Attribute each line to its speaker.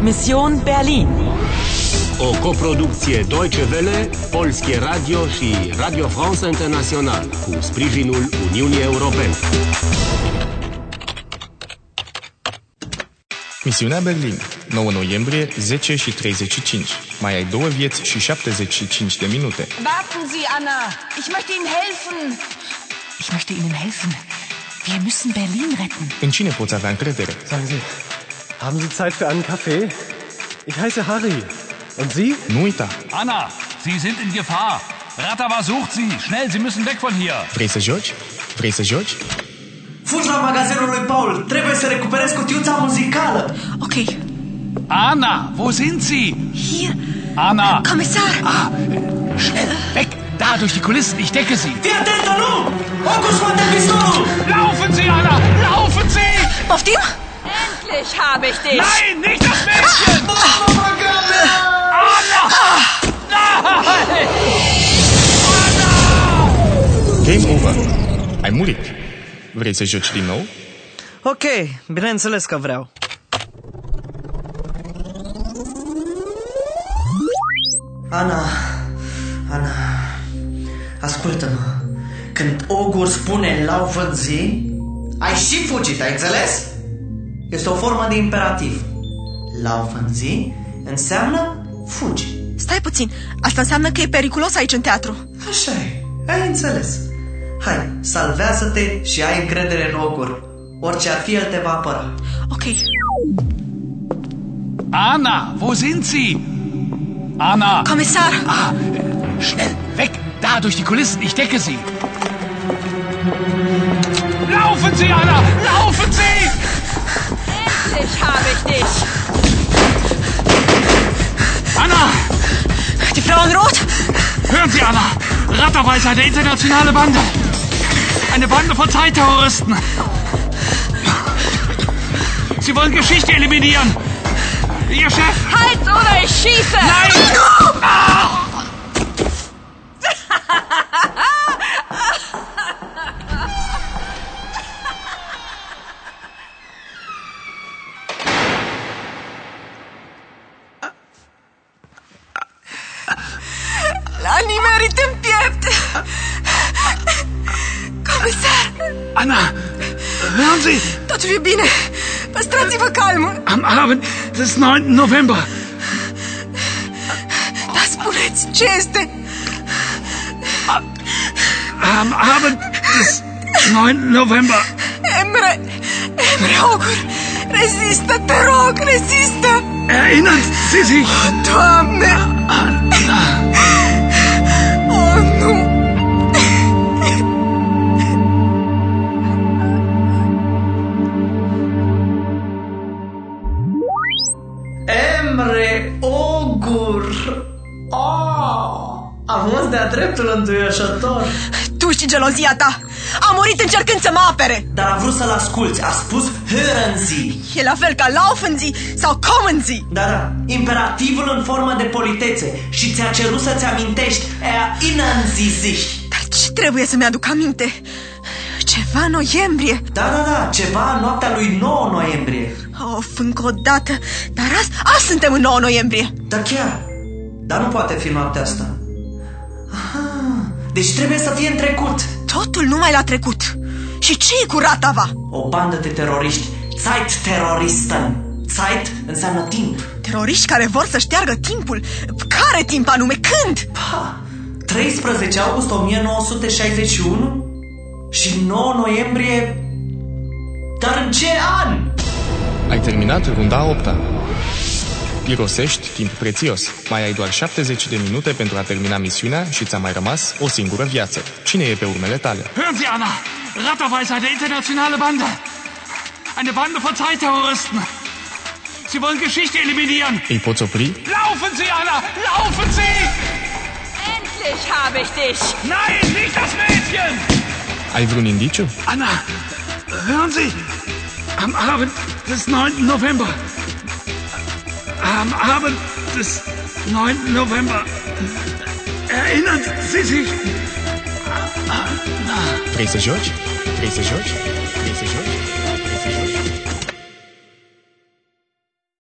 Speaker 1: Mission Berlin.
Speaker 2: O coproducție Deutsche Welle, Polskie Radio și Radio France International cu sprijinul Uniunii Europene.
Speaker 3: Misiunea Berlin, 9 noiembrie, 10 și 35. Mai ai două vieți și 75 de minute.
Speaker 4: Warten Sie, Anna. Ich möchte Ihnen helfen.
Speaker 5: Ich möchte Ihnen helfen. Wir müssen Berlin retten.
Speaker 3: În cine poți avea încredere?
Speaker 6: Sagen Sie, haben Sie Zeit für einen Kaffee? Ich heiße Harry. Und Sie?
Speaker 3: Nu uita,
Speaker 7: Anna, Sie sind in Gefahr. Ratava sucht Sie. Schnell, Sie müssen weg von hier.
Speaker 3: vrei să joci? Vrei să joci?
Speaker 8: Fugi la magazinul lui Paul! Trebuie să recuperezi cutiuța muzicală!
Speaker 5: Okay,
Speaker 7: Anna, wo sind Sie?
Speaker 5: hier.
Speaker 7: Anna,
Speaker 5: Kommissar!
Speaker 7: schnell, weg. Da, durch die Kulissen. Ich decke Sie.
Speaker 8: Fii atentă, nu! Ocus scoate pistolul!
Speaker 7: Laufen Sie, Anna. Laufen Sie.
Speaker 5: Auf dem?
Speaker 4: Endlich habe ich dich.
Speaker 7: Nein, nicht das Mädchen. Anna. Nein.
Speaker 3: Game over. Ai murit. Vrei să joci din nou?
Speaker 8: Ok, bineînțeles că vreau. Ana, Ana, ascultă-mă. Când Ogur spune laufă zi, ai și fugit, ai înțeles? Este o formă de imperativ. Laufă zi înseamnă fugi.
Speaker 5: Stai puțin. Asta înseamnă că e periculos aici în teatru.
Speaker 8: Așa e, ai înțeles. Hai, salvează-te și ai încredere în Ogur. Orice ar fi, el te va apăra.
Speaker 5: Ok,
Speaker 7: Anna, wo sind Sie? Anna.
Speaker 5: Kommissar!
Speaker 7: Ah, schnell, weg. Da, durch die Kulissen. Ich decke Sie. Laufen Sie, Anna. Laufen Sie.
Speaker 4: Endlich habe ich dich.
Speaker 7: Anna.
Speaker 5: Die Frau in Rot!
Speaker 7: Hören Sie, Anna! Ratterwall ist eine internationale Bande! Eine Bande von Zeitterroristen! Sie wollen Geschichte eliminieren! Ihr Chef!
Speaker 4: Halt oder ich schieße.
Speaker 7: Nein!
Speaker 5: La nimerit în piept! Comisar,
Speaker 7: Anna! Hören Sie!
Speaker 5: totul e bine. Păstrați-vă calmul.
Speaker 7: Am Abend des 9. November
Speaker 5: Dar spuneți ce este.
Speaker 7: Am Abend des 9. November
Speaker 5: Emre, Emre Ogur, rezistă, te rog, rezistă!
Speaker 7: Erinnern Sie sich
Speaker 5: Doamne! Oh, nu!
Speaker 8: Emre Ogur! Oh, am fost de-a dreptul înduioșător.
Speaker 5: Tu și gelozia ta! A murit încercând să mă apere!
Speaker 8: Dar am vrut să-l asculți, a spus Hörensee.
Speaker 5: E la fel ca Laufenzi sau Comenzi!
Speaker 8: Da, da, imperativul în formă de politețe și ți-a cerut să-ți amintești erinnern Sie sich.
Speaker 5: Dar ce trebuie să-mi aduc aminte? Ceva în noiembrie!
Speaker 8: Da, da, da, ceva în noaptea lui 9 noiembrie.
Speaker 5: Of, încă o dată! Dar azi, azi suntem în 9 noiembrie!
Speaker 8: Da, chiar. Dar nu poate fi noaptea asta. Aha, deci trebuie să fie în trecut.
Speaker 5: Totul numai la trecut! Și ce e cu ratava?
Speaker 8: O bandă de teroriști, Zeitterroristen. Zeit înseamnă timp.
Speaker 5: Teroriști care vor să șteargă timpul? Care timp anume? Când?
Speaker 8: Ha! 13 august 1961 și 9 noiembrie... Dar în ce an?
Speaker 3: Ai terminat runda 8 Pirosești timp prețios. Mai ai doar 70 de minute pentru a termina misiunea și ți-a mai rămas o singură viață. Cine e pe urmele tale?
Speaker 7: Hören Sie, Anna! Ratterwall ist eine internationale Bande! Eine Bande von Zeitterroristen! Sie wollen Geschichte eliminieren!
Speaker 3: Îi poți opri?
Speaker 7: Laufen Sie, Anna! Laufen Sie!
Speaker 4: Endlich habe ich dich.
Speaker 7: Nein, nicht das Mädchen!
Speaker 3: Ai vreun indiciu?
Speaker 7: Anna, hören Sie! Am Abend des 9. November. Am Abend des 9. November. Erinnern Sie sich?
Speaker 3: Vrei să joci? Vrei să joci? Vrei să joci?